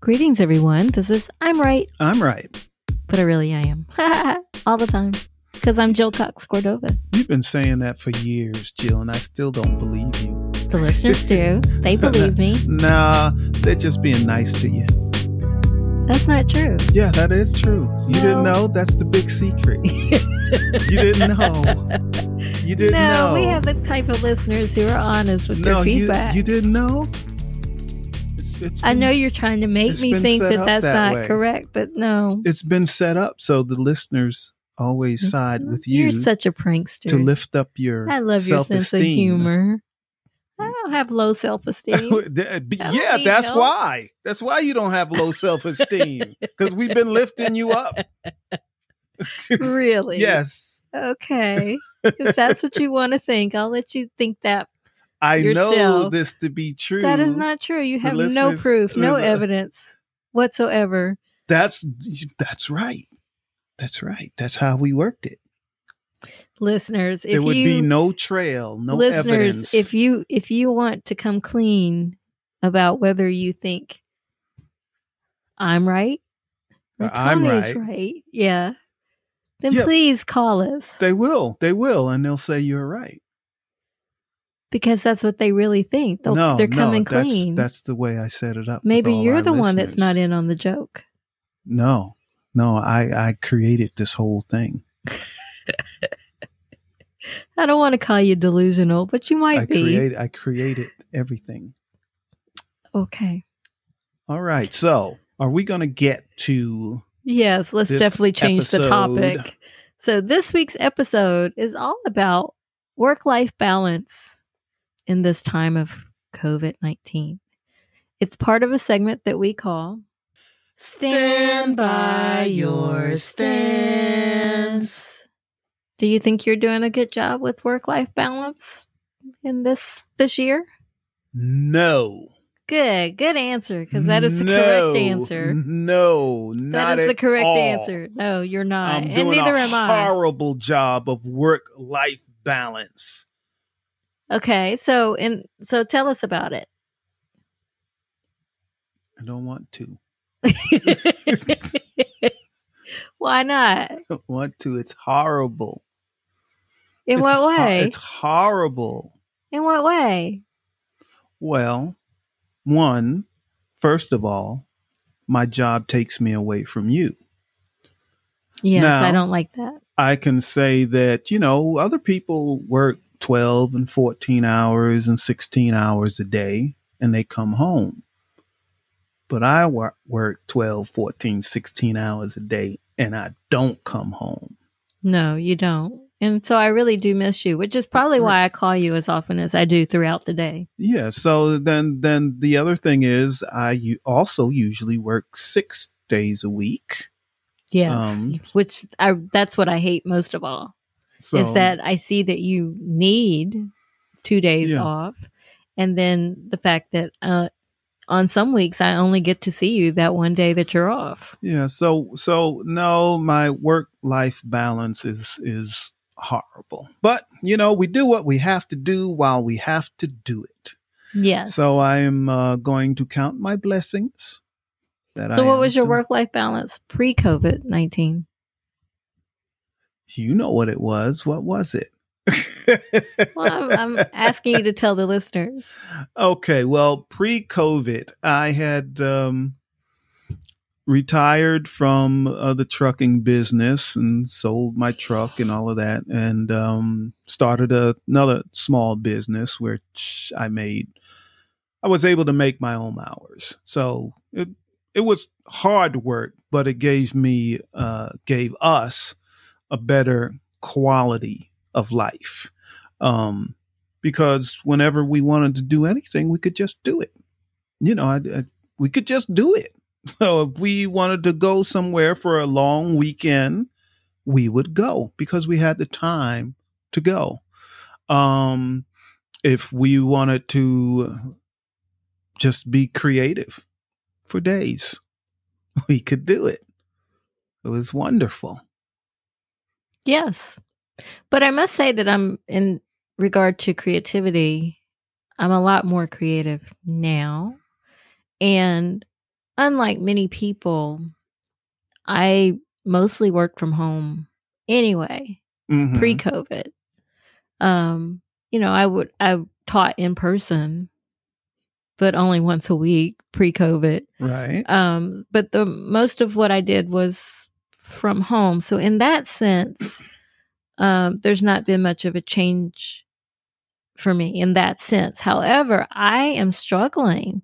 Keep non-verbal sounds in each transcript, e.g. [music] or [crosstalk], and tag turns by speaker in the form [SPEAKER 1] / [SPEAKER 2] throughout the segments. [SPEAKER 1] Greetings, everyone. This is I'm Right,
[SPEAKER 2] I'm right.
[SPEAKER 1] but I really I am. [laughs] All the time. Because I'm Jill Cox Cordova.
[SPEAKER 2] You've been saying that for years, Jill, and I still don't believe you.
[SPEAKER 1] The listeners do. They believe me.
[SPEAKER 2] Nah, they're just being nice to you.
[SPEAKER 1] That's not true.
[SPEAKER 2] Yeah, that is true. You didn't
[SPEAKER 1] No.
[SPEAKER 2] know? That's the big secret. you didn't know. You didn't
[SPEAKER 1] no,
[SPEAKER 2] know.
[SPEAKER 1] we have the type of listeners who are honest with
[SPEAKER 2] no,
[SPEAKER 1] their
[SPEAKER 2] you,
[SPEAKER 1] feedback.
[SPEAKER 2] you didn't know? It's, it's
[SPEAKER 1] I
[SPEAKER 2] been-
[SPEAKER 1] know you're trying to make
[SPEAKER 2] It's
[SPEAKER 1] me
[SPEAKER 2] been
[SPEAKER 1] think
[SPEAKER 2] set
[SPEAKER 1] that
[SPEAKER 2] up
[SPEAKER 1] that's
[SPEAKER 2] that
[SPEAKER 1] not
[SPEAKER 2] way.
[SPEAKER 1] correct, but no.
[SPEAKER 2] It's been set up so the listeners always side with you
[SPEAKER 1] Mm-hmm. You're such a prankster.
[SPEAKER 2] to lift up your
[SPEAKER 1] I love your
[SPEAKER 2] self-esteem.
[SPEAKER 1] sense of humor. I don't have low self
[SPEAKER 2] [laughs]
[SPEAKER 1] esteem.
[SPEAKER 2] That- b-
[SPEAKER 1] That
[SPEAKER 2] yeah,
[SPEAKER 1] would be
[SPEAKER 2] that's
[SPEAKER 1] help.
[SPEAKER 2] why. That's why you don't have low
[SPEAKER 1] [laughs]
[SPEAKER 2] self esteem because we've been lifting you up.
[SPEAKER 1] really?
[SPEAKER 2] Yes, [laughs]
[SPEAKER 1] Okay. If that's what you want to think, I'll let you think that.
[SPEAKER 2] I know
[SPEAKER 1] Yourself.
[SPEAKER 2] this to be true.
[SPEAKER 1] That is not true. You
[SPEAKER 2] The
[SPEAKER 1] have no
[SPEAKER 2] listeners- uh,
[SPEAKER 1] proof, no
[SPEAKER 2] the- the-
[SPEAKER 1] evidence whatsoever.
[SPEAKER 2] That's that's right. That's right. That's how we worked it.
[SPEAKER 1] Listeners, if
[SPEAKER 2] there would
[SPEAKER 1] you
[SPEAKER 2] be no trail, no
[SPEAKER 1] listeners,
[SPEAKER 2] evidence.
[SPEAKER 1] if you if you want to come clean about whether you think I'm right or
[SPEAKER 2] Or Uh, I'm
[SPEAKER 1] Tony's
[SPEAKER 2] right.
[SPEAKER 1] yeah, then
[SPEAKER 2] Yeah.
[SPEAKER 1] please call us
[SPEAKER 2] they will, they will, and they'll say you're right.
[SPEAKER 1] because that's what they really think. They'll,
[SPEAKER 2] no,
[SPEAKER 1] they're
[SPEAKER 2] no,
[SPEAKER 1] coming
[SPEAKER 2] that's,
[SPEAKER 1] clean.
[SPEAKER 2] That's the way I set it up. with
[SPEAKER 1] Maybe
[SPEAKER 2] all
[SPEAKER 1] you're
[SPEAKER 2] our
[SPEAKER 1] the one that's not
[SPEAKER 2] listeners.
[SPEAKER 1] in on the joke.
[SPEAKER 2] No, no, I I created this whole thing.
[SPEAKER 1] I don't want to call you delusional, but you might
[SPEAKER 2] I
[SPEAKER 1] be.
[SPEAKER 2] create I created everything.
[SPEAKER 1] okay.
[SPEAKER 2] All right. So, are we going to get to
[SPEAKER 1] Yes, let's
[SPEAKER 2] This
[SPEAKER 1] definitely change the
[SPEAKER 2] episode-
[SPEAKER 1] topic. So, this week's episode is all about work life balance in this time of COVID 19. It's part of a segment that we call
[SPEAKER 2] Stand by your stance.
[SPEAKER 1] Do you think you're doing a good job with work life balance in this this year?
[SPEAKER 2] no?
[SPEAKER 1] Good, good answer because that is the
[SPEAKER 2] No.
[SPEAKER 1] correct answer.
[SPEAKER 2] No, not
[SPEAKER 1] That is the
[SPEAKER 2] at
[SPEAKER 1] correct
[SPEAKER 2] all.
[SPEAKER 1] answer. No, you're not.
[SPEAKER 2] I'm
[SPEAKER 1] and
[SPEAKER 2] doing
[SPEAKER 1] neither
[SPEAKER 2] a
[SPEAKER 1] am I.
[SPEAKER 2] horrible job of work-life balance.
[SPEAKER 1] Okay, so and so tell us about it. [laughs]
[SPEAKER 2] I don't want to.
[SPEAKER 1] Why not?
[SPEAKER 2] I don't want to. It's horrible.
[SPEAKER 1] In
[SPEAKER 2] It's
[SPEAKER 1] what
[SPEAKER 2] ho-
[SPEAKER 1] way?
[SPEAKER 2] it's horrible.
[SPEAKER 1] In what way?
[SPEAKER 2] Well, one, first of all, my job takes me away from you.
[SPEAKER 1] Yes,
[SPEAKER 2] No.
[SPEAKER 1] I don't like that.
[SPEAKER 2] I can say that, you know, other people work 12 and 14 hours and 16 hours a day and they come home. But I wor- work 12, 14, 16 hours a day and I don't come home.
[SPEAKER 1] No, you don't. And so I really do miss you, which is probably why I call you as often as I do throughout the day.
[SPEAKER 2] Yeah, so then then the other thing is I u- also usually work 6 days a week.
[SPEAKER 1] Yes,
[SPEAKER 2] Um,
[SPEAKER 1] which I that's what I hate most of all
[SPEAKER 2] So
[SPEAKER 1] is that I see that you need two days
[SPEAKER 2] Yeah.
[SPEAKER 1] off, and then the fact that uh, on some weeks I only get to see you that one day that you're off.
[SPEAKER 2] Yeah, so so no, my work life balance is is horrible. But you know, we do what we have to do while we have to do it.
[SPEAKER 1] Yes.
[SPEAKER 2] So I am uh, going to count my blessings. That
[SPEAKER 1] so
[SPEAKER 2] I
[SPEAKER 1] what
[SPEAKER 2] am
[SPEAKER 1] was your
[SPEAKER 2] still-
[SPEAKER 1] work life balance pre COVID nineteen?
[SPEAKER 2] You know what it was. What was it? [laughs]
[SPEAKER 1] Well, I'm, I'm asking you to tell the listeners.
[SPEAKER 2] Okay, well, pre COVID, I had um, retired from uh, the trucking business and sold my truck and all of that, and um, started a, another small business which I made. I was able to make my own hours, so it it was hard work, but it gave me uh, gave us a better quality of life. Um, because whenever we wanted to do anything, we could just do it. You know, I, I- we could just do it. [laughs] So if we wanted to go somewhere for a long weekend, we would go because we had the time to go. Um, if we wanted to just be creative for days, [laughs] we could do it. It was wonderful.
[SPEAKER 1] Yes. But I must say that I'm in regard to creativity, I'm a lot more creative now. And unlike many people, I mostly worked from home anyway,
[SPEAKER 2] Mhm.
[SPEAKER 1] pre COVID. Um, you know, I would I taught in person, but only once a week pre COVID.
[SPEAKER 2] right.
[SPEAKER 1] Um, but the most of what I did was from home. So in that sense, um, there's not been much of a change for me in that sense. However, I am struggling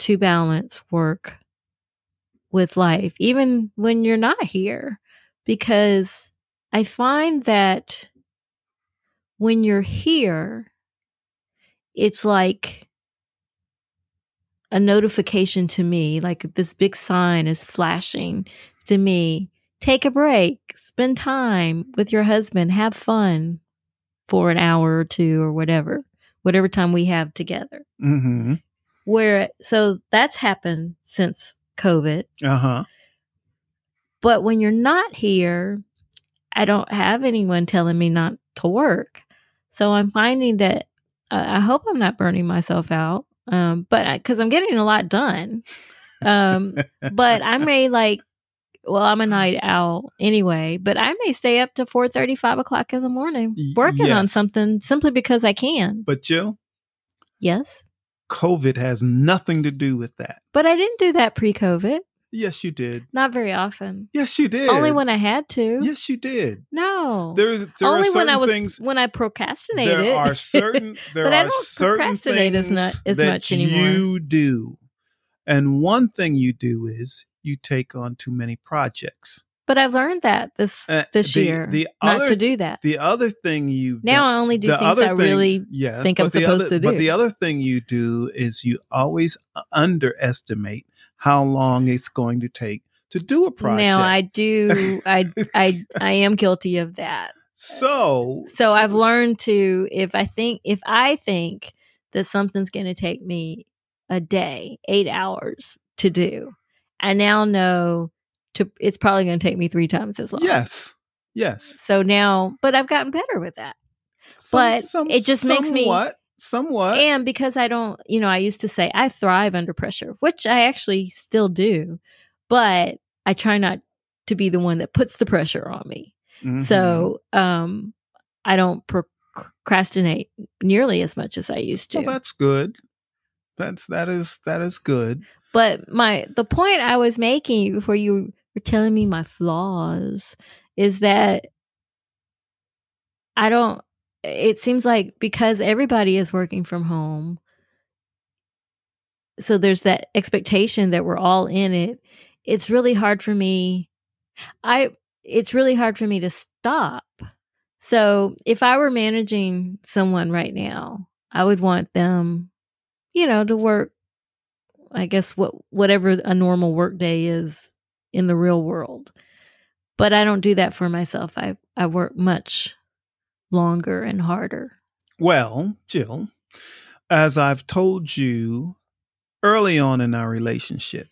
[SPEAKER 1] to balance work with life, even when you're not here, because I find that when you're here, it's like a notification to me, like this big sign is flashing to me. Take a break, spend time with your husband, have fun for an hour or two or whatever, whatever time we have together.
[SPEAKER 2] Mm-hmm.
[SPEAKER 1] Where so that's happened since COVID.
[SPEAKER 2] Uh huh.
[SPEAKER 1] But when you're not here, I don't have anyone telling me not to work. So I'm finding that uh, I hope I'm not burning myself out, um, but because I'm getting a lot done. Um, but I may like, well, I'm
[SPEAKER 2] [laughs]
[SPEAKER 1] a night owl anyway, but I may stay up to four thirty, five o'clock in the morning
[SPEAKER 2] Y-
[SPEAKER 1] working on
[SPEAKER 2] yes.
[SPEAKER 1] something simply because I can.
[SPEAKER 2] But Jill,
[SPEAKER 1] yes,
[SPEAKER 2] COVID has nothing to do with that.
[SPEAKER 1] but I didn't do that pre-COVID.
[SPEAKER 2] Yes, you did.
[SPEAKER 1] Not very often.
[SPEAKER 2] Yes, you did.
[SPEAKER 1] Only when I had to.
[SPEAKER 2] Yes, you did.
[SPEAKER 1] No.
[SPEAKER 2] There is there
[SPEAKER 1] only
[SPEAKER 2] are certain
[SPEAKER 1] when I was
[SPEAKER 2] things.
[SPEAKER 1] when I procrastinated. [laughs]
[SPEAKER 2] There are certain. There
[SPEAKER 1] But
[SPEAKER 2] are
[SPEAKER 1] I don't
[SPEAKER 2] certain
[SPEAKER 1] procrastinate as
[SPEAKER 2] things
[SPEAKER 1] not- as
[SPEAKER 2] that
[SPEAKER 1] much anymore.
[SPEAKER 2] you do, and one thing you do is you take on too many projects.
[SPEAKER 1] but I've learned that this
[SPEAKER 2] Uh,
[SPEAKER 1] this
[SPEAKER 2] the-
[SPEAKER 1] year
[SPEAKER 2] the
[SPEAKER 1] not
[SPEAKER 2] other
[SPEAKER 1] to do that.
[SPEAKER 2] The other thing you
[SPEAKER 1] now I only do things I really
[SPEAKER 2] yes,
[SPEAKER 1] think I'm
[SPEAKER 2] but the
[SPEAKER 1] supposed
[SPEAKER 2] other-
[SPEAKER 1] to do.
[SPEAKER 2] But the other thing you do is you always uh, underestimate how long it's going to take to do a project.
[SPEAKER 1] now I
[SPEAKER 2] [laughs]
[SPEAKER 1] do I I I am guilty of that.
[SPEAKER 2] so
[SPEAKER 1] So I've learned to if I think if I think that something's going to take me a day, 8 hours to do. I now know to it's probably going to take me 3 times as long.
[SPEAKER 2] Yes, yes,
[SPEAKER 1] So now, but I've gotten better with that. But it just makes me-
[SPEAKER 2] somewhat, somewhat.
[SPEAKER 1] and because I don't, you know, I used to say I thrive under pressure, which I actually still do, but I try not to be the one that puts the pressure on me.
[SPEAKER 2] Mhm.
[SPEAKER 1] So, um, I don't procrastinate nearly as much as I used to.
[SPEAKER 2] well, that's good. That's that is that is good.
[SPEAKER 1] but my the point I was making before you were telling me my flaws is that I don't. It seems like because everybody is working from home, so there's that expectation that we're all in it. It's really hard for me. I it's really hard for me to stop. So if I were managing someone right now, I would want them, you know, to work I guess what whatever a normal work day is in the real world. But I don't do that for myself. I I work much longer and harder.
[SPEAKER 2] Well, Jill, as I've told you early on in our relationship,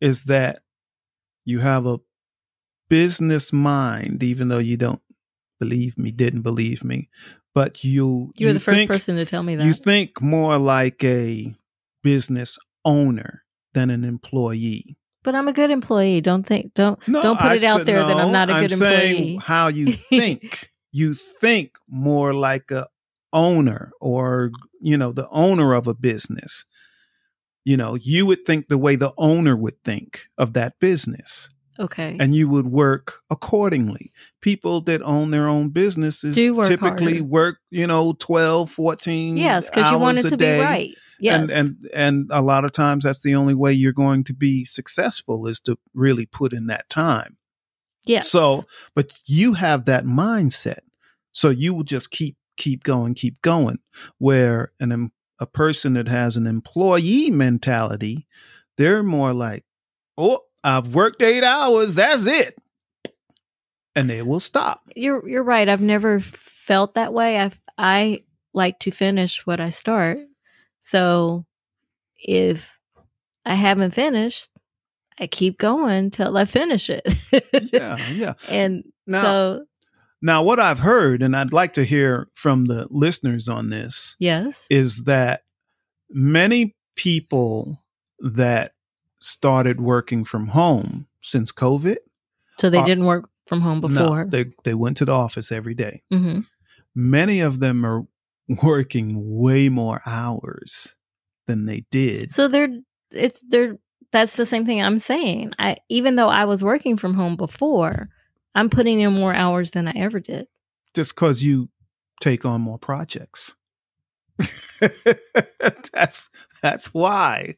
[SPEAKER 2] is that you have a business mind, even though you don't believe me, didn't believe me, but you
[SPEAKER 1] You're
[SPEAKER 2] you
[SPEAKER 1] the first
[SPEAKER 2] think-
[SPEAKER 1] person to tell me that.
[SPEAKER 2] you think more like a business owner than an employee.
[SPEAKER 1] but I'm a good employee. Don't think don't
[SPEAKER 2] No,
[SPEAKER 1] don't put
[SPEAKER 2] I
[SPEAKER 1] it out
[SPEAKER 2] said-
[SPEAKER 1] there that I'm
[SPEAKER 2] no,
[SPEAKER 1] not a good
[SPEAKER 2] saying
[SPEAKER 1] employee.
[SPEAKER 2] How
[SPEAKER 1] [laughs]
[SPEAKER 2] you think? you think more like a owner, or you know, the owner of a business. You know, you would think the way the owner would think of that business,
[SPEAKER 1] Okay.
[SPEAKER 2] and you would work accordingly. People that own their own businesses
[SPEAKER 1] Do work
[SPEAKER 2] typically
[SPEAKER 1] harder.
[SPEAKER 2] work, you know, 12, 14
[SPEAKER 1] yes, because you want
[SPEAKER 2] hours
[SPEAKER 1] it
[SPEAKER 2] a
[SPEAKER 1] to
[SPEAKER 2] day.
[SPEAKER 1] be right. Yes.
[SPEAKER 2] And and and a lot of times that's the only way you're going to be successful is to really put in that time.
[SPEAKER 1] yes.
[SPEAKER 2] So, but you have that mindset. So you will just keep keep going, keep going. Where an em- a person that has an employee mentality, they're more like, "Oh, I've worked 8 hours, that's it." And they will stop.
[SPEAKER 1] you're you're right. I've never felt that way. I I like to finish what I start. So if I haven't finished, I keep going till I finish it.
[SPEAKER 2] Yeah, yeah.
[SPEAKER 1] [laughs] and
[SPEAKER 2] Now,
[SPEAKER 1] so
[SPEAKER 2] now what I've heard and I'd like to hear from the listeners on this
[SPEAKER 1] yes.
[SPEAKER 2] is that many people that started working from home since COVID.
[SPEAKER 1] So they
[SPEAKER 2] Uh,
[SPEAKER 1] didn't work from home before.
[SPEAKER 2] No, they they went to the office every day.
[SPEAKER 1] hmm
[SPEAKER 2] Many of them are [laughs] working way more hours than they did.
[SPEAKER 1] So they're it's they're that's the same thing I'm saying. I even though I was working from home before, I'm putting in more hours than I ever did.
[SPEAKER 2] just because you take on more projects. [laughs] that's that's why.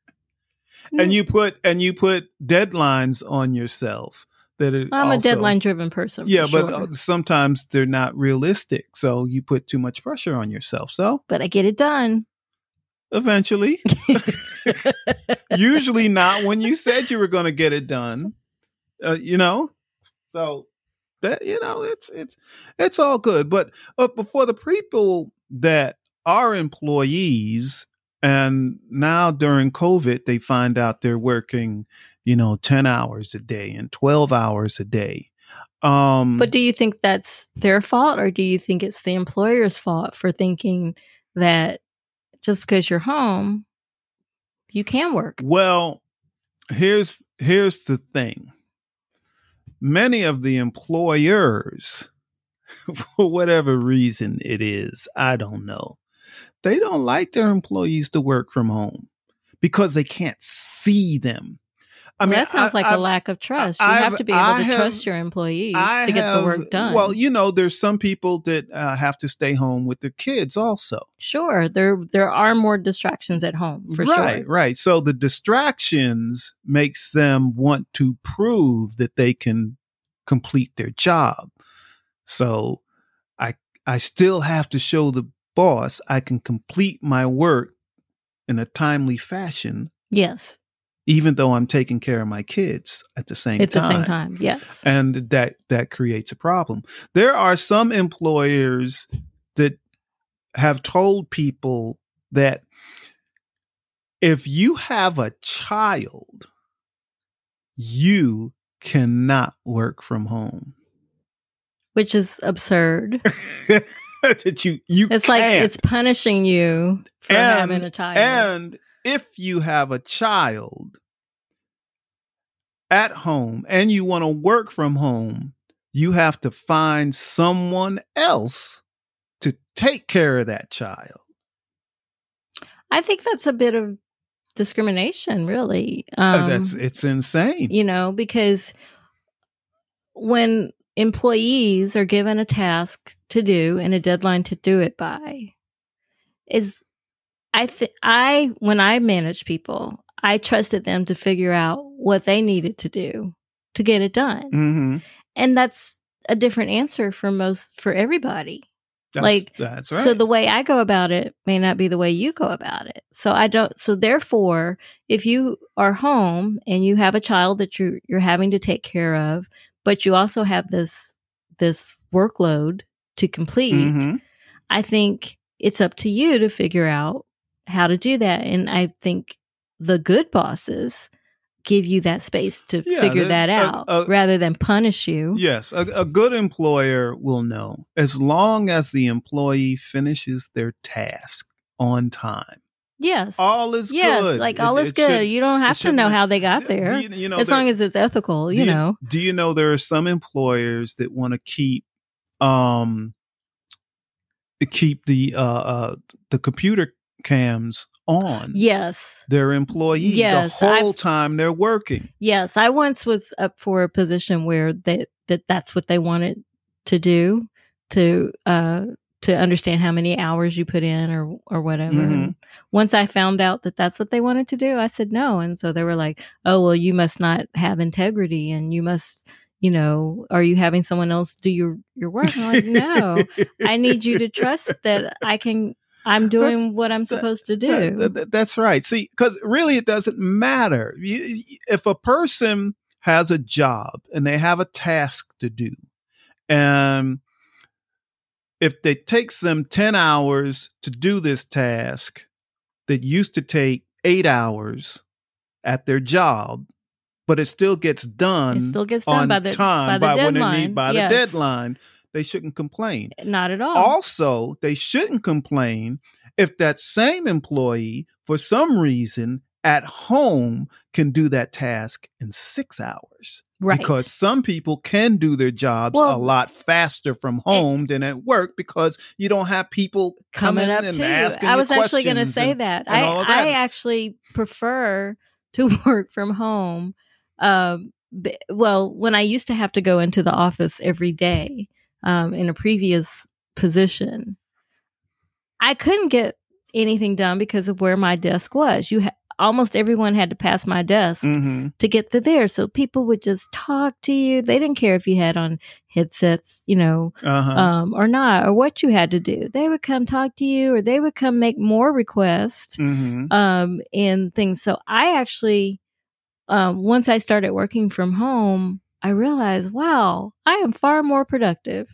[SPEAKER 2] [laughs] and you put and you put deadlines on yourself that it
[SPEAKER 1] I'm a
[SPEAKER 2] also-
[SPEAKER 1] deadline driven person. for
[SPEAKER 2] Yeah, but
[SPEAKER 1] sure.
[SPEAKER 2] uh, sometimes they're not realistic, so you put too much pressure on yourself. So
[SPEAKER 1] but I get it done.
[SPEAKER 2] eventually, usually not when you said you were going to get it done uh, you know so that you know it's it's it's all good but uh, but before the people that are employees and now during covid they find out they're working you know 10 hours a day and 12 hours a day um
[SPEAKER 1] But do you think that's their fault or do you think it's the employer's fault for thinking that just because you're home, you can work?
[SPEAKER 2] Well, here's here's the thing. Many of the employers, [laughs] for whatever reason it is, I don't know, they don't like their employees to work from home because they can't see them. I mean,
[SPEAKER 1] that sounds
[SPEAKER 2] I-
[SPEAKER 1] like
[SPEAKER 2] I-
[SPEAKER 1] a lack of trust. you
[SPEAKER 2] I've-
[SPEAKER 1] have to be able
[SPEAKER 2] I
[SPEAKER 1] to
[SPEAKER 2] have-
[SPEAKER 1] trust your employees
[SPEAKER 2] I
[SPEAKER 1] to get the
[SPEAKER 2] have-
[SPEAKER 1] work done.
[SPEAKER 2] Well, you know, there's some people that uh, have to stay home with their kids also.
[SPEAKER 1] sure, there there are more distractions at home for
[SPEAKER 2] right,
[SPEAKER 1] sure.
[SPEAKER 2] right. So the distractions makes them want to prove that they can complete their job. So I I still have to show the boss I can complete my work in a timely fashion,
[SPEAKER 1] Yes,
[SPEAKER 2] even though I'm taking care of my kids at the same
[SPEAKER 1] at the
[SPEAKER 2] time.
[SPEAKER 1] same time. Yes,
[SPEAKER 2] And that that creates a problem. There are some employers that have told people that if you have a child, you cannot work from home. [laughs]
[SPEAKER 1] which is absurd.
[SPEAKER 2] that you you
[SPEAKER 1] It's like
[SPEAKER 2] can't.
[SPEAKER 1] it's punishing you for
[SPEAKER 2] And-
[SPEAKER 1] having a child.
[SPEAKER 2] And if you have a child at home and you want to work from home, you have to find someone else to take care of that child.
[SPEAKER 1] I think that's a bit of discrimination, really.
[SPEAKER 2] Uh,
[SPEAKER 1] Um,
[SPEAKER 2] That's it's insane.
[SPEAKER 1] you know because when employees are given a task to do and a deadline to do it by is i think i when i managed people i trusted them to figure out what they needed to do to get it done
[SPEAKER 2] Mm-hmm.
[SPEAKER 1] and that's a different answer for most for everybody
[SPEAKER 2] That's,
[SPEAKER 1] Like,
[SPEAKER 2] that's right.
[SPEAKER 1] so the way I go about it may not be the way you go about it. So I don't so therefore if you are home and you have a child that you you're having to take care of, but you also have this this workload to complete,
[SPEAKER 2] Mhm.
[SPEAKER 1] I think it's up to you to figure out how to do that and I think the good bosses give you that space to
[SPEAKER 2] Yeah,
[SPEAKER 1] figure
[SPEAKER 2] the-
[SPEAKER 1] that
[SPEAKER 2] uh,
[SPEAKER 1] out
[SPEAKER 2] uh,
[SPEAKER 1] rather than punish you.
[SPEAKER 2] Yes, a, a good employer will know as long as the employee finishes their task on time.
[SPEAKER 1] Yes.
[SPEAKER 2] All is
[SPEAKER 1] yes,
[SPEAKER 2] good.
[SPEAKER 1] like
[SPEAKER 2] It-
[SPEAKER 1] all is
[SPEAKER 2] it
[SPEAKER 1] good.
[SPEAKER 2] should-
[SPEAKER 1] you don't have to
[SPEAKER 2] should
[SPEAKER 1] know
[SPEAKER 2] not-
[SPEAKER 1] how they got
[SPEAKER 2] Do-
[SPEAKER 1] there.
[SPEAKER 2] do you, you know,
[SPEAKER 1] as
[SPEAKER 2] there-
[SPEAKER 1] long as it's ethical,
[SPEAKER 2] do
[SPEAKER 1] you, know.
[SPEAKER 2] Do you know there are some employers that want to keep um keep the uh, uh the computer cams on
[SPEAKER 1] Yes.
[SPEAKER 2] their employee
[SPEAKER 1] Yes,
[SPEAKER 2] the whole
[SPEAKER 1] I've-
[SPEAKER 2] time they're working.
[SPEAKER 1] Yes. I once was up for a position where that that that's what they wanted to do to uh to understand how many hours you put in or or whatever.
[SPEAKER 2] Mhm.
[SPEAKER 1] And Once I found out that that's what they wanted to do, I said no, and so they were like, "Oh, well, you must not have integrity, and you must, you know, are you having someone else do your your work?" I'm like, Oh, "No, I need you to trust that I can. I'm doing what I'm supposed to do."
[SPEAKER 2] Yeah, th- th- that's right. See, because really it doesn't matter. You, if a person has a job and they have a task to do, and if it takes them 10 hours to do this task that used to take eight hours at their job, but it still gets done
[SPEAKER 1] it still gets
[SPEAKER 2] on
[SPEAKER 1] done by the
[SPEAKER 2] time
[SPEAKER 1] by the
[SPEAKER 2] when it
[SPEAKER 1] deadline.
[SPEAKER 2] need, by
[SPEAKER 1] Yes.
[SPEAKER 2] the deadline, they shouldn't complain.
[SPEAKER 1] Not at all.
[SPEAKER 2] Also, they shouldn't complain if that same employee, for some reason, at home can do that task in six hours.
[SPEAKER 1] Right.
[SPEAKER 2] Because some people can do their jobs
[SPEAKER 1] Well-
[SPEAKER 2] a lot faster from home than at work because you don't have people coming,
[SPEAKER 1] coming up
[SPEAKER 2] and
[SPEAKER 1] to you.
[SPEAKER 2] asking
[SPEAKER 1] I was actually
[SPEAKER 2] going
[SPEAKER 1] going to say that.
[SPEAKER 2] and
[SPEAKER 1] I
[SPEAKER 2] all of that.
[SPEAKER 1] I actually prefer to [laughs] work from home. Um, b- well, when I used to have to go into the office every day um, in a previous position, I couldn't get anything done because of where my desk was. You ha- almost everyone had to pass my desk
[SPEAKER 2] hmm
[SPEAKER 1] to get to there, so people would just talk to you. They didn't care if you had on headsets, you know,
[SPEAKER 2] Uh-huh.
[SPEAKER 1] um, or not, or what you had to do. They would come talk to you, or they would come make more requests
[SPEAKER 2] hmm
[SPEAKER 1] um, and things. So I actually, um, once I started working from home, I realized, wow, I am far more productive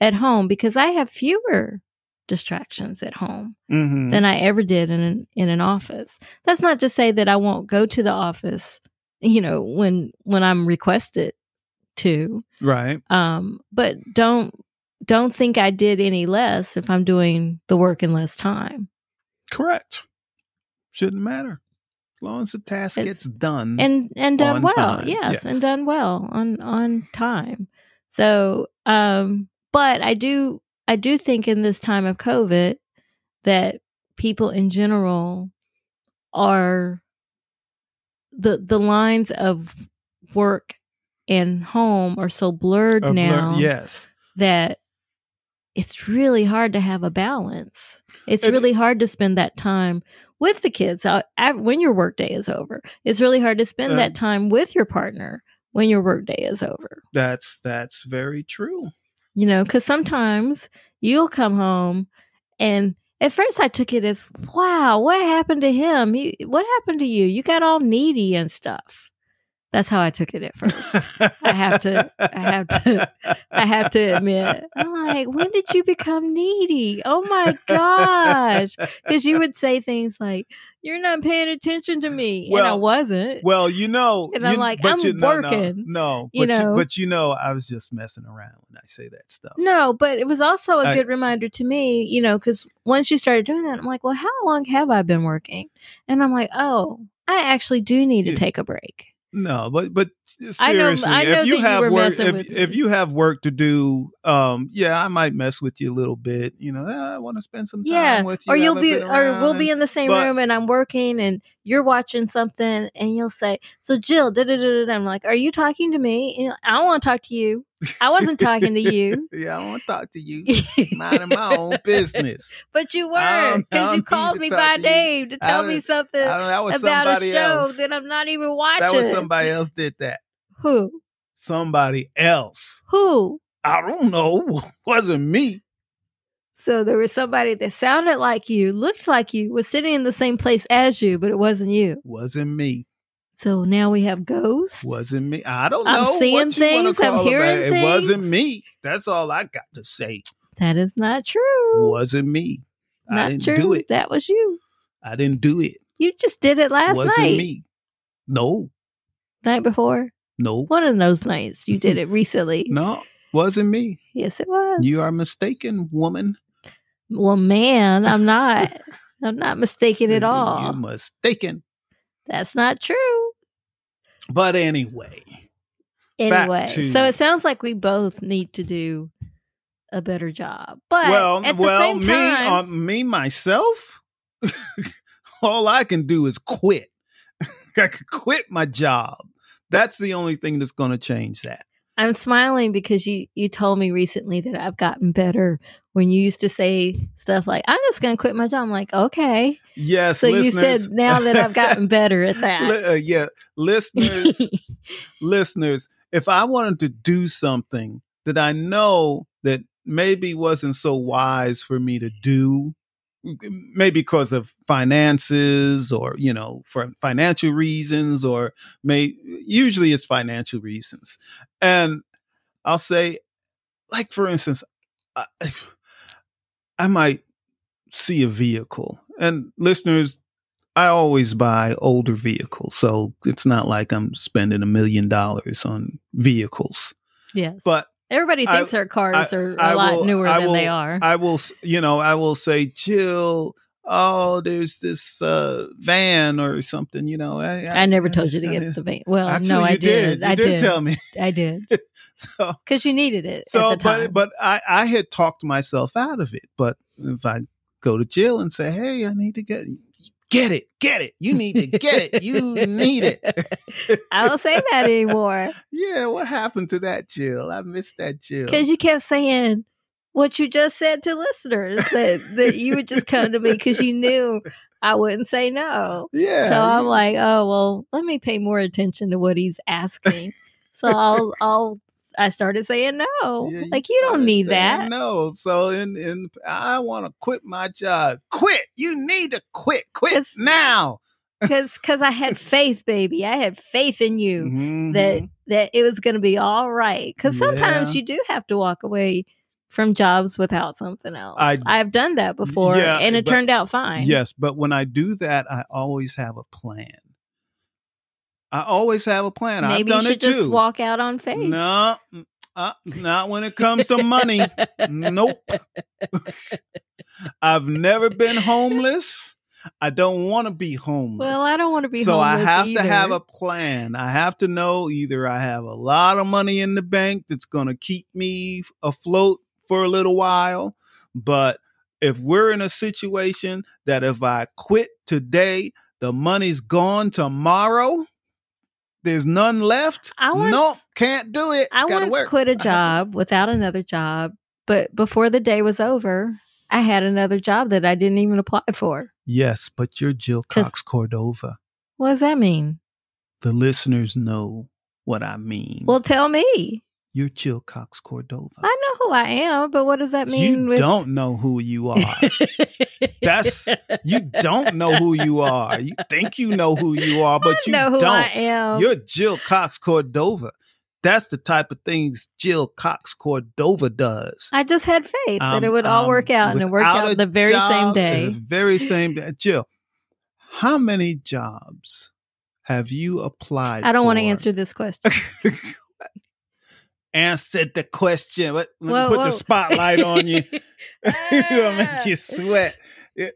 [SPEAKER 1] at home because I have fewer distractions at home
[SPEAKER 2] hmm
[SPEAKER 1] than I ever did in an, in an office. That's not to say that I won't go to the office, you know, when when I'm requested to
[SPEAKER 2] Right.
[SPEAKER 1] um but don't don't think i did any less if i'm doing the work in less time
[SPEAKER 2] Correct. Shouldn't matter. As long as the task
[SPEAKER 1] It's-
[SPEAKER 2] gets done.
[SPEAKER 1] and and done
[SPEAKER 2] Mm-hmm. On
[SPEAKER 1] well
[SPEAKER 2] time,
[SPEAKER 1] yes,
[SPEAKER 2] yes.
[SPEAKER 1] and done well on on time so um but i do i do think in this time of covid that people in general are the the lines of work and home are so blurred
[SPEAKER 2] Or blur-
[SPEAKER 1] now
[SPEAKER 2] yes.
[SPEAKER 1] that it's really hard to have a balance. It's
[SPEAKER 2] It-
[SPEAKER 1] really hard to spend that time with the kids uh, at- when your workday is over. It's really hard to spend
[SPEAKER 2] Uh,
[SPEAKER 1] that time with your partner when your workday is over.
[SPEAKER 2] That's that's very true.
[SPEAKER 1] You know, because sometimes you'll come home and at first I took it as, wow, what happened to him? He, what happened to you? You got all needy and stuff. That's how I took it at first.
[SPEAKER 2] I
[SPEAKER 1] have to- [laughs]
[SPEAKER 2] [laughs]
[SPEAKER 1] I have to- I have to admit. I'm like, when did you become needy? Oh my gosh. Because you would say things like, you're not paying attention to me. and I
[SPEAKER 2] Well,
[SPEAKER 1] wasn't.
[SPEAKER 2] Well, you know,
[SPEAKER 1] And I'm
[SPEAKER 2] you-
[SPEAKER 1] like,
[SPEAKER 2] but
[SPEAKER 1] I'm
[SPEAKER 2] you, no, no,
[SPEAKER 1] working,
[SPEAKER 2] No,
[SPEAKER 1] you
[SPEAKER 2] but
[SPEAKER 1] know.
[SPEAKER 2] but you know, I was just messing around when I say that stuff.
[SPEAKER 1] no, but it was also a
[SPEAKER 2] I-
[SPEAKER 1] good reminder to me, you know, because once you started doing that, I'm like, well, how long have I been working? And I'm like, oh, I actually do need to
[SPEAKER 2] Yeah.
[SPEAKER 1] take a break.
[SPEAKER 2] No, but but
[SPEAKER 1] I know-
[SPEAKER 2] seriously,
[SPEAKER 1] I know
[SPEAKER 2] if you
[SPEAKER 1] that you
[SPEAKER 2] have
[SPEAKER 1] were
[SPEAKER 2] work,
[SPEAKER 1] messing
[SPEAKER 2] if,
[SPEAKER 1] with
[SPEAKER 2] if
[SPEAKER 1] me.
[SPEAKER 2] you have work to do, um, yeah, I might mess with you a little bit. You know, "Ah, I want to spend some time
[SPEAKER 1] Yeah,
[SPEAKER 2] with you,
[SPEAKER 1] or you'll
[SPEAKER 2] have a
[SPEAKER 1] be
[SPEAKER 2] bit
[SPEAKER 1] or
[SPEAKER 2] around,"
[SPEAKER 1] we'll
[SPEAKER 2] and-
[SPEAKER 1] be in the same
[SPEAKER 2] but-
[SPEAKER 1] room and I'm working and you're watching something and you'll say, "So Jill, da da da da." I'm like, "Are you talking to me?" And I don't want to talk to you. I wasn't talking to
[SPEAKER 2] [laughs]
[SPEAKER 1] you.
[SPEAKER 2] yeah, I want to talk to
[SPEAKER 1] [laughs]
[SPEAKER 2] you. Minding my own business.
[SPEAKER 1] but you
[SPEAKER 2] I
[SPEAKER 1] were
[SPEAKER 2] don't- I
[SPEAKER 1] because
[SPEAKER 2] don't
[SPEAKER 1] you
[SPEAKER 2] need
[SPEAKER 1] called
[SPEAKER 2] to
[SPEAKER 1] me
[SPEAKER 2] talk
[SPEAKER 1] by
[SPEAKER 2] to you.
[SPEAKER 1] name to tell me
[SPEAKER 2] don't-
[SPEAKER 1] something
[SPEAKER 2] I don't, that was
[SPEAKER 1] Uh, about a
[SPEAKER 2] somebody
[SPEAKER 1] show
[SPEAKER 2] else.
[SPEAKER 1] that I'm not even watching.
[SPEAKER 2] That was somebody else did that.
[SPEAKER 1] Who?
[SPEAKER 2] Somebody else.
[SPEAKER 1] Who?
[SPEAKER 2] I don't know. [laughs] Wasn't me.
[SPEAKER 1] So there was somebody that sounded like you, looked like you, was sitting in the same place as you, but it wasn't you.
[SPEAKER 2] Wasn't me.
[SPEAKER 1] So now we have ghosts.
[SPEAKER 2] Wasn't me. I don't
[SPEAKER 1] I'm
[SPEAKER 2] know. what
[SPEAKER 1] seeing
[SPEAKER 2] you wanna
[SPEAKER 1] things, I'm
[SPEAKER 2] call it,
[SPEAKER 1] hearing
[SPEAKER 2] but It wasn't
[SPEAKER 1] things.
[SPEAKER 2] me. That's all I got to say.
[SPEAKER 1] That is not true.
[SPEAKER 2] Wasn't me. I
[SPEAKER 1] Not
[SPEAKER 2] didn't
[SPEAKER 1] true.
[SPEAKER 2] do it.
[SPEAKER 1] That was you.
[SPEAKER 2] I didn't do it.
[SPEAKER 1] You just did it last
[SPEAKER 2] wasn't
[SPEAKER 1] night.
[SPEAKER 2] me. No.
[SPEAKER 1] Night before.
[SPEAKER 2] No.
[SPEAKER 1] One of those nights. You
[SPEAKER 2] [laughs]
[SPEAKER 1] did it recently.
[SPEAKER 2] No. Wasn't me.
[SPEAKER 1] Yes, it was.
[SPEAKER 2] You are mistaken, woman.
[SPEAKER 1] Well, man, I'm
[SPEAKER 2] [laughs]
[SPEAKER 1] not. I'm not mistaken at all.
[SPEAKER 2] You're mistaken.
[SPEAKER 1] That's not true.
[SPEAKER 2] But anyway. Back
[SPEAKER 1] Anyway,
[SPEAKER 2] to-
[SPEAKER 1] so it sounds like we both need to do a better job. But
[SPEAKER 2] well,
[SPEAKER 1] at the
[SPEAKER 2] well,
[SPEAKER 1] same
[SPEAKER 2] me,
[SPEAKER 1] time,
[SPEAKER 2] uh, me myself, [laughs] all I can do is quit. [laughs] I could quit my job. That's the only thing that's going to change that.
[SPEAKER 1] I'm smiling because you you told me recently that I've gotten better when you used to say stuff like I'm just going to quit my job. I'm like, "Okay."
[SPEAKER 2] Yes,
[SPEAKER 1] So you
[SPEAKER 2] listeners.
[SPEAKER 1] said now that
[SPEAKER 2] [laughs]
[SPEAKER 1] I've gotten better at that.
[SPEAKER 2] Li- uh, yeah,
[SPEAKER 1] [laughs]
[SPEAKER 2] listeners, listeners. If I wanted to do something that I know that maybe wasn't so wise for me to do, maybe because of finances or you know for financial reasons or may usually it's financial reasons and i'll say like for instance i, I might see a vehicle and listeners i always buy older vehicles so it's not like i'm spending a million dollars on vehicles
[SPEAKER 1] yes.
[SPEAKER 2] but
[SPEAKER 1] Everybody
[SPEAKER 2] I-
[SPEAKER 1] thinks our cars
[SPEAKER 2] I-
[SPEAKER 1] are a
[SPEAKER 2] I
[SPEAKER 1] lot
[SPEAKER 2] will-
[SPEAKER 1] newer
[SPEAKER 2] I
[SPEAKER 1] than they
[SPEAKER 2] will-
[SPEAKER 1] are.
[SPEAKER 2] I will, s- you know, I will say, Jill, oh, there's this uh, van or something. You know, I,
[SPEAKER 1] I never told you to
[SPEAKER 2] I-
[SPEAKER 1] get the van. Well,
[SPEAKER 2] Actually,
[SPEAKER 1] no,
[SPEAKER 2] you
[SPEAKER 1] I did.
[SPEAKER 2] You
[SPEAKER 1] I
[SPEAKER 2] did,
[SPEAKER 1] did.
[SPEAKER 2] tell me. [laughs]
[SPEAKER 1] I did [laughs]
[SPEAKER 2] So,
[SPEAKER 1] because you needed it.
[SPEAKER 2] so,
[SPEAKER 1] at the time.
[SPEAKER 2] but but I I had talked myself out of it. But if I go to Jill and say, hey, I need to get get it, get it. You need to get it. You need it.
[SPEAKER 1] [laughs] I don't say that
[SPEAKER 2] [laughs]
[SPEAKER 1] anymore
[SPEAKER 2] yeah, what happened to that Jill? I missed that Jill.
[SPEAKER 1] because you kept saying what you just said to listeners that that you would just come to me because you knew I wouldn't say no.
[SPEAKER 2] yeah.
[SPEAKER 1] so I'm
[SPEAKER 2] you-
[SPEAKER 1] like, oh well, let me pay more attention to what he's asking. so
[SPEAKER 2] [laughs]
[SPEAKER 1] I'll I'll I started saying no.
[SPEAKER 2] yeah,
[SPEAKER 1] like you don't
[SPEAKER 2] started
[SPEAKER 1] need
[SPEAKER 2] saying
[SPEAKER 1] that.
[SPEAKER 2] No. So and and I want to quit my job. Quit. You need to quit. Quit
[SPEAKER 1] It's-
[SPEAKER 2] now.
[SPEAKER 1] Cause, cause I had faith, baby. I had faith in you
[SPEAKER 2] Mm-hmm.
[SPEAKER 1] that that it was going to be all right. Because sometimes
[SPEAKER 2] Yeah.
[SPEAKER 1] you do have to walk away from jobs without something else.
[SPEAKER 2] I-
[SPEAKER 1] I, have done that before,
[SPEAKER 2] Yeah,
[SPEAKER 1] and it
[SPEAKER 2] but-
[SPEAKER 1] turned out fine.
[SPEAKER 2] Yes, but when I do that, I always have a plan. I always have a plan.
[SPEAKER 1] maybe
[SPEAKER 2] I've done
[SPEAKER 1] you should
[SPEAKER 2] it
[SPEAKER 1] just
[SPEAKER 2] too.
[SPEAKER 1] walk out on faith.
[SPEAKER 2] No, mm, uh, not when it comes to money. nope.
[SPEAKER 1] [laughs]
[SPEAKER 2] I've never been homeless. I don't want to be homeless.
[SPEAKER 1] Well, I don't want to be.
[SPEAKER 2] so I
[SPEAKER 1] homeless
[SPEAKER 2] have
[SPEAKER 1] either.
[SPEAKER 2] to have a plan. I have to know either I have a lot of money in the bank that's going to keep me afloat for a little while, but if we're in a situation that if I quit today, the money's gone tomorrow, there's none left.
[SPEAKER 1] I once-
[SPEAKER 2] nope, can't do it.
[SPEAKER 1] I
[SPEAKER 2] Gotta
[SPEAKER 1] once
[SPEAKER 2] work.
[SPEAKER 1] quit a
[SPEAKER 2] to-
[SPEAKER 1] job without another job, but before the day was over, I had another job that I didn't even apply for.
[SPEAKER 2] Yes, but you're Jill
[SPEAKER 1] 'Cause-
[SPEAKER 2] Cox Cordova.
[SPEAKER 1] What does that mean?
[SPEAKER 2] The listeners know what I mean.
[SPEAKER 1] Well, tell me.
[SPEAKER 2] you're Jill Cox Cordova.
[SPEAKER 1] I know who I am, but what does that mean?
[SPEAKER 2] Uh, you
[SPEAKER 1] with-
[SPEAKER 2] don't know
[SPEAKER 1] [laughs]
[SPEAKER 2] who you are. That's- You don't know who you are. You think you know who you are, but
[SPEAKER 1] I
[SPEAKER 2] you
[SPEAKER 1] know who I
[SPEAKER 2] don't.
[SPEAKER 1] am.
[SPEAKER 2] You're Jill Cox Cordova. That's the type of things Jill Cox Cordova does.
[SPEAKER 1] I just had faith that it
[SPEAKER 2] Um,
[SPEAKER 1] would all
[SPEAKER 2] um,
[SPEAKER 1] work out, and it worked
[SPEAKER 2] without a
[SPEAKER 1] out the very same
[SPEAKER 2] job,
[SPEAKER 1] day.
[SPEAKER 2] The very same day. Jill, how many jobs have you applied
[SPEAKER 1] I don't want to
[SPEAKER 2] for?
[SPEAKER 1] answer this question.
[SPEAKER 2] Answer the question. Let, let
[SPEAKER 1] Whoa,
[SPEAKER 2] me put
[SPEAKER 1] whoa.
[SPEAKER 2] the spotlight
[SPEAKER 1] [laughs]
[SPEAKER 2] on you. [laughs] It'll make you sweat.
[SPEAKER 1] Ah.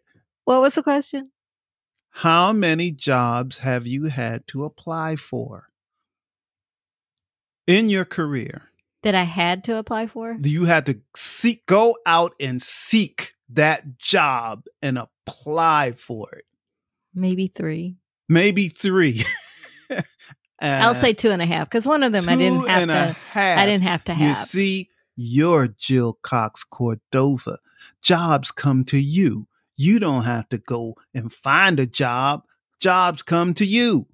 [SPEAKER 1] what was the question?
[SPEAKER 2] How many jobs have you had to apply for in your career?
[SPEAKER 1] That I had to apply for?
[SPEAKER 2] You had to seek, go out and seek that job and apply for it.
[SPEAKER 1] Maybe three.
[SPEAKER 2] Maybe three. [laughs] Uh,
[SPEAKER 1] I'll say two and a half because one of them I didn't have to. I didn't have to
[SPEAKER 2] You
[SPEAKER 1] have.
[SPEAKER 2] see, you're Jill Cox Cordova. Jobs come to you. You don't have to go and find a job. Jobs come to you.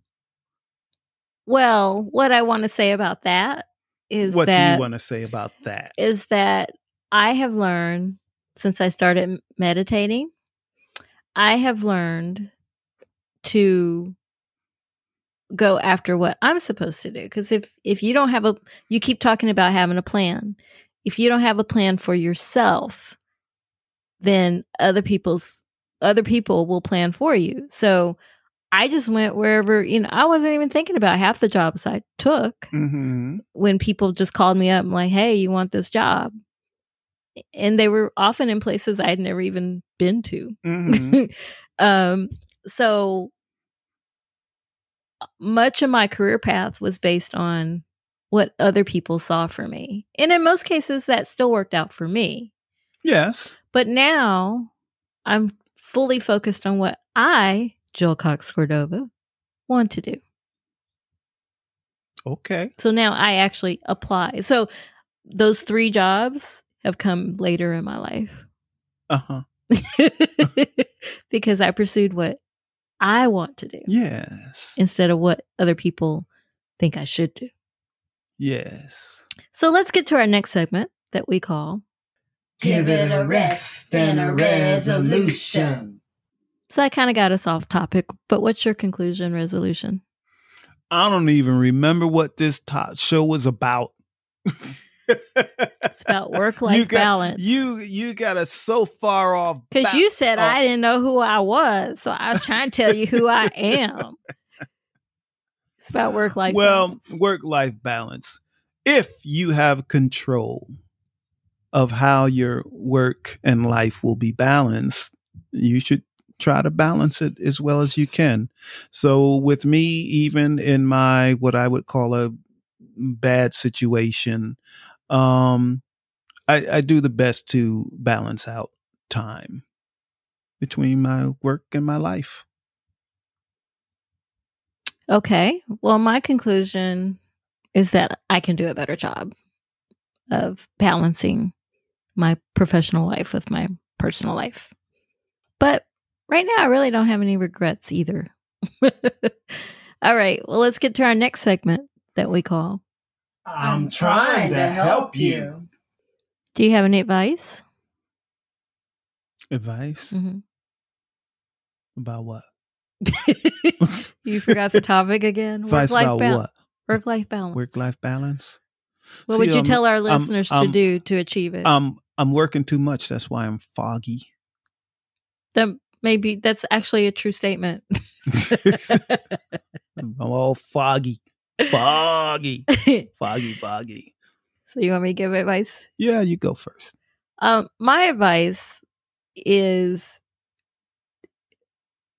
[SPEAKER 1] well, what I want to say about that is
[SPEAKER 2] what do
[SPEAKER 1] that
[SPEAKER 2] you want to say about that?
[SPEAKER 1] is that I have learned since I started m- meditating, I have learned to go after what I'm supposed to do because if if you don't have a you keep talking about having a plan. If you don't have a plan for yourself, then other people's other people will plan for you. So I just went wherever, you know, I wasn't even thinking about half the jobs I took
[SPEAKER 2] Mm-hmm.
[SPEAKER 1] when people just called me up and like, hey, you want this job? And they were often in places I had never even been to. [laughs]
[SPEAKER 2] Mm-hmm.
[SPEAKER 1] um, so much of my career path was based on what other people saw for me. And in most cases, that still worked out for me.
[SPEAKER 2] yes.
[SPEAKER 1] But now I'm fully focused on what I, Jill Cox Cordova, want to do.
[SPEAKER 2] Okay.
[SPEAKER 1] So now I actually apply. So those three jobs have come later in my
[SPEAKER 3] [laughs]
[SPEAKER 1] life [laughs]
[SPEAKER 2] Uh huh.
[SPEAKER 1] because I pursued what I want to do
[SPEAKER 2] Yes.
[SPEAKER 1] instead of what other people think I should do.
[SPEAKER 2] Yes.
[SPEAKER 1] So let's get to our next segment that we call
[SPEAKER 3] Give it a rest and a resolution.
[SPEAKER 1] So I kind of got us off topic, but what's your conclusion resolution?
[SPEAKER 2] I don't even remember what this top show was about. [laughs]
[SPEAKER 1] It's
[SPEAKER 3] [laughs]
[SPEAKER 1] about work life
[SPEAKER 2] got-
[SPEAKER 1] balance.
[SPEAKER 2] you you got us so far off
[SPEAKER 1] Because
[SPEAKER 2] ba-
[SPEAKER 1] you said
[SPEAKER 2] oh.
[SPEAKER 1] I didn't know who I was. So I was trying to tell you who I am. It's about work life
[SPEAKER 2] well
[SPEAKER 1] balance.
[SPEAKER 2] work life balance if you have control of how your work and life will be balanced you should try to balance it as well as you can. So with me, even in my what I would call a bad situation, um, I, I do the best to balance out time between my work and my life.
[SPEAKER 1] Okay. Well, my conclusion is that I can do a better job of balancing my professional life with my personal life. But right now, I really don't have any regrets either. [laughs] All right. Well, let's get to our next segment that we call
[SPEAKER 3] I'm trying to help you.
[SPEAKER 1] Do you have any advice?
[SPEAKER 2] Advice
[SPEAKER 1] Mhm.
[SPEAKER 2] about what?
[SPEAKER 1] you
[SPEAKER 2] [laughs]
[SPEAKER 1] forgot the topic again.
[SPEAKER 2] Advice about what?
[SPEAKER 1] Work life balance.
[SPEAKER 2] Work life balance.
[SPEAKER 1] What
[SPEAKER 2] See,
[SPEAKER 1] would you
[SPEAKER 2] um,
[SPEAKER 1] tell our listeners
[SPEAKER 2] um,
[SPEAKER 1] to do to achieve it?
[SPEAKER 2] Um, I'm working too much. That's why I'm foggy.
[SPEAKER 1] that maybe that's actually a true
[SPEAKER 2] [laughs]
[SPEAKER 1] statement. [laughs]
[SPEAKER 2] I'm all foggy, foggy,
[SPEAKER 1] so
[SPEAKER 2] foggy, foggy.
[SPEAKER 1] you want me to give advice?
[SPEAKER 2] Yeah, you go first.
[SPEAKER 1] Um, my advice is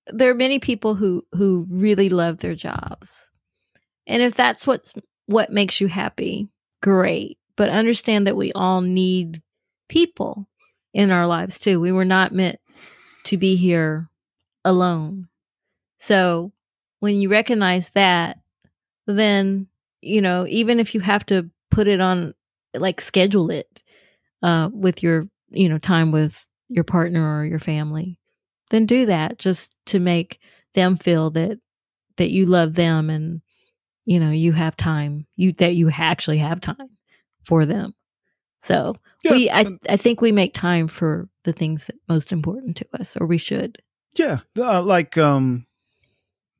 [SPEAKER 1] there are many people who who really love their jobs, and if that's what's what makes you happy, great. But understand that we all need people in our lives too. We were not meant to be here alone. So when you recognize that, then you know even if you have to put it on like schedule it uh, with your you know time with your partner or your family then do that just to make them feel that that you love them and you know you have time you that you ha- actually have time for them so
[SPEAKER 2] Yeah,
[SPEAKER 1] we I,
[SPEAKER 2] and-
[SPEAKER 1] I think we make time for the things that most important to us or we should
[SPEAKER 2] yeah, uh, like um,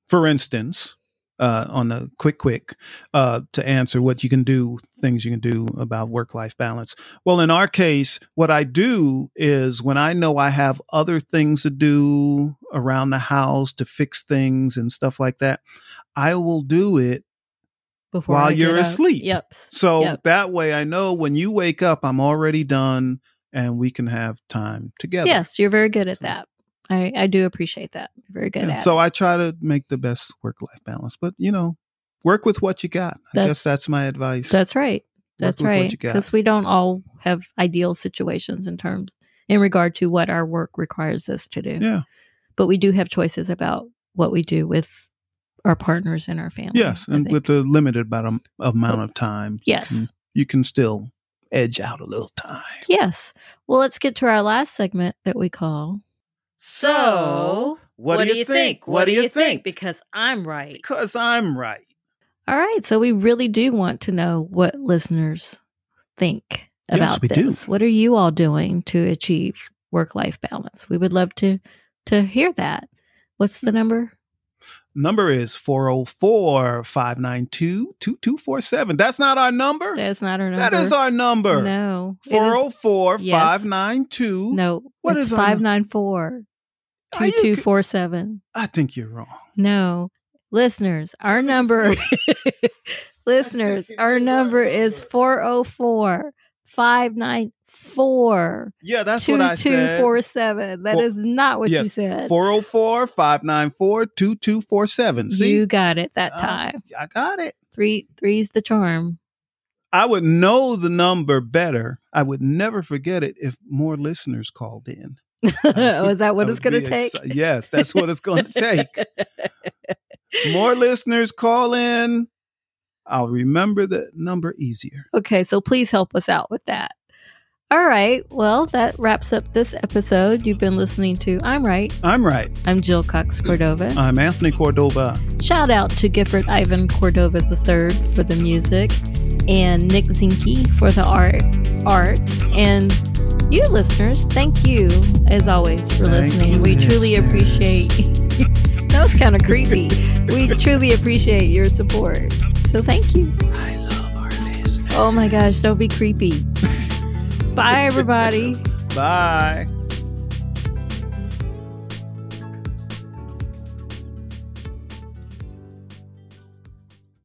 [SPEAKER 2] for instance, uh, on the quick, quick uh, to answer what you can do, things you can do about work life balance. Well, in our case, what I do is when I know I have other things to do around the house to fix things and stuff like that, I will do it
[SPEAKER 1] before
[SPEAKER 2] While
[SPEAKER 1] I get
[SPEAKER 2] you're
[SPEAKER 1] up.
[SPEAKER 2] asleep.
[SPEAKER 1] yep
[SPEAKER 2] So
[SPEAKER 1] Yep.
[SPEAKER 2] that way I know when you wake up, I'm already done and we can have time together.
[SPEAKER 1] yes you're very good at
[SPEAKER 2] So-
[SPEAKER 1] that i i do appreciate that You're very good
[SPEAKER 2] And
[SPEAKER 1] at
[SPEAKER 2] so
[SPEAKER 1] it.
[SPEAKER 2] I try to make the best work life balance, but you know, work with what you got. I
[SPEAKER 1] That's-
[SPEAKER 2] guess that's my advice.
[SPEAKER 1] That's right. That's
[SPEAKER 2] with what
[SPEAKER 1] right.
[SPEAKER 2] you got.
[SPEAKER 1] Because we don't all have ideal situations in terms in regard to what our work requires us to do.
[SPEAKER 2] yeah.
[SPEAKER 1] But we do have choices about what we do with our partners and our family.
[SPEAKER 2] Yes.
[SPEAKER 1] I
[SPEAKER 2] And
[SPEAKER 1] think. Oh.
[SPEAKER 2] with the limited about am- amount of time,
[SPEAKER 1] yes.
[SPEAKER 2] you can, you can still edge out a little time.
[SPEAKER 1] Yes. Well, let's get to our last segment that we call
[SPEAKER 3] So,
[SPEAKER 2] what,
[SPEAKER 1] Because I'm right.
[SPEAKER 2] Because I'm right.
[SPEAKER 1] All right. So we really do want to know what listeners think
[SPEAKER 2] Yes,
[SPEAKER 1] about
[SPEAKER 2] we do.
[SPEAKER 1] this. What are you all doing to achieve work life balance? We would love to to hear that. What's the number?
[SPEAKER 2] Number is 404 592 2247. That's not our number.
[SPEAKER 1] That's not our number.
[SPEAKER 2] That is our number.
[SPEAKER 1] No. it is-
[SPEAKER 2] 404 592.
[SPEAKER 1] No.
[SPEAKER 2] What
[SPEAKER 1] What is
[SPEAKER 2] is our num-
[SPEAKER 1] five nine four
[SPEAKER 2] Are
[SPEAKER 1] two
[SPEAKER 2] you
[SPEAKER 1] two
[SPEAKER 2] ki-
[SPEAKER 1] four seven?
[SPEAKER 2] I think you're wrong.
[SPEAKER 1] No. Listeners, our number [laughs]
[SPEAKER 2] [laughs]
[SPEAKER 1] Listeners, our number is 404 594
[SPEAKER 2] Yeah, that's what I said. oh
[SPEAKER 1] 2247. That
[SPEAKER 2] Four-
[SPEAKER 1] is not what you
[SPEAKER 2] yes,
[SPEAKER 1] said.
[SPEAKER 2] 404 594 2247. See,
[SPEAKER 1] You got it that
[SPEAKER 2] Uh,
[SPEAKER 1] time.
[SPEAKER 2] I got it.
[SPEAKER 1] Three three's the charm. [laughs]
[SPEAKER 2] I would know the number better. I would never forget it if more listeners called in.
[SPEAKER 1] Was that what
[SPEAKER 2] I
[SPEAKER 1] it's
[SPEAKER 2] would
[SPEAKER 1] going to
[SPEAKER 2] be
[SPEAKER 1] take?
[SPEAKER 2] exci- yes, that's what
[SPEAKER 1] [laughs]
[SPEAKER 2] it's going to take. More listeners call in. I'll remember the number easier.
[SPEAKER 1] Okay, so please help us out with that. All right. Well, that wraps up this episode. You've been listening to I'm Right.
[SPEAKER 2] I'm right.
[SPEAKER 1] I'm Jill Cox Cordova.
[SPEAKER 2] I'm Anthony Cordova.
[SPEAKER 1] Shout out to Gifford Ivan Cordova III for the music and Nick Zinke for the art. art. And you listeners, thank you as always for
[SPEAKER 2] Thank
[SPEAKER 1] listening.
[SPEAKER 2] you,
[SPEAKER 1] We truly
[SPEAKER 2] listeners.
[SPEAKER 1] appreciate [laughs] That was kind of creepy. we truly appreciate your support. So thank you.
[SPEAKER 2] I love artists.
[SPEAKER 1] Oh my gosh, don't be creepy. Bye everybody.
[SPEAKER 2] Bye.